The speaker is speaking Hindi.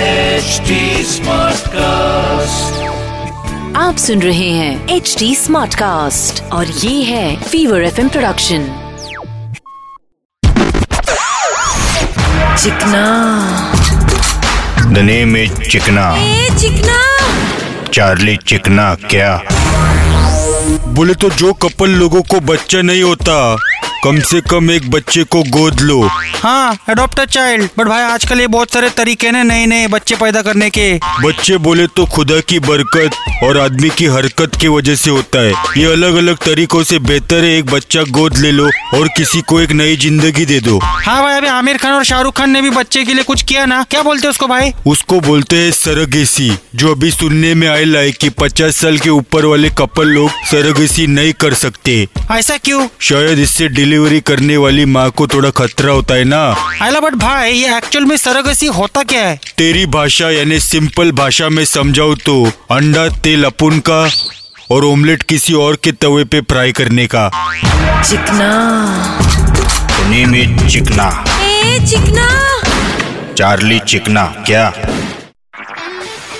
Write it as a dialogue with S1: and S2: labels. S1: HD Smartcast.
S2: आप सुन रहे हैं एच डी स्मार्ट कास्ट और ये है फीवर एफ प्रोडक्शन चिकना
S3: The name is चिकना
S2: ए चिकना
S3: चार्ली चिकना क्या
S4: बोले तो जो कपल लोगों को बच्चा नहीं होता कम से कम एक बच्चे को गोद लो
S5: हाँ अडोप्ट अ चाइल्ड बट भाई आजकल ये बहुत सारे तरीके ने नए नए बच्चे पैदा करने के
S4: बच्चे बोले तो खुदा की बरकत और आदमी की हरकत की वजह से होता है ये अलग अलग तरीकों से बेहतर है एक बच्चा गोद ले लो और किसी को एक नई जिंदगी दे दो
S5: हाँ भाई अभी आमिर खान और शाहरुख खान ने भी बच्चे के लिए कुछ किया ना क्या बोलते हैं उसको भाई
S4: उसको बोलते हैं सरगेसी जो अभी सुनने में आया है कि 50 साल के ऊपर वाले कपल लोग सरगेसी नहीं कर सकते
S5: ऐसा क्यों
S4: शायद इससे डिलीवरी करने वाली माँ को थोड़ा खतरा होता है ना
S5: आयला बट भाई ये एक्चुअल में सरगसी होता क्या है
S4: तेरी भाषा यानी सिंपल भाषा में समझाओ तो अंडा तेल अपुन का और ऑमलेट किसी और के तवे पे फ्राई करने का
S2: चिकना
S3: The name is चिकना
S2: ए चिकना
S3: चार्ली चिकना क्या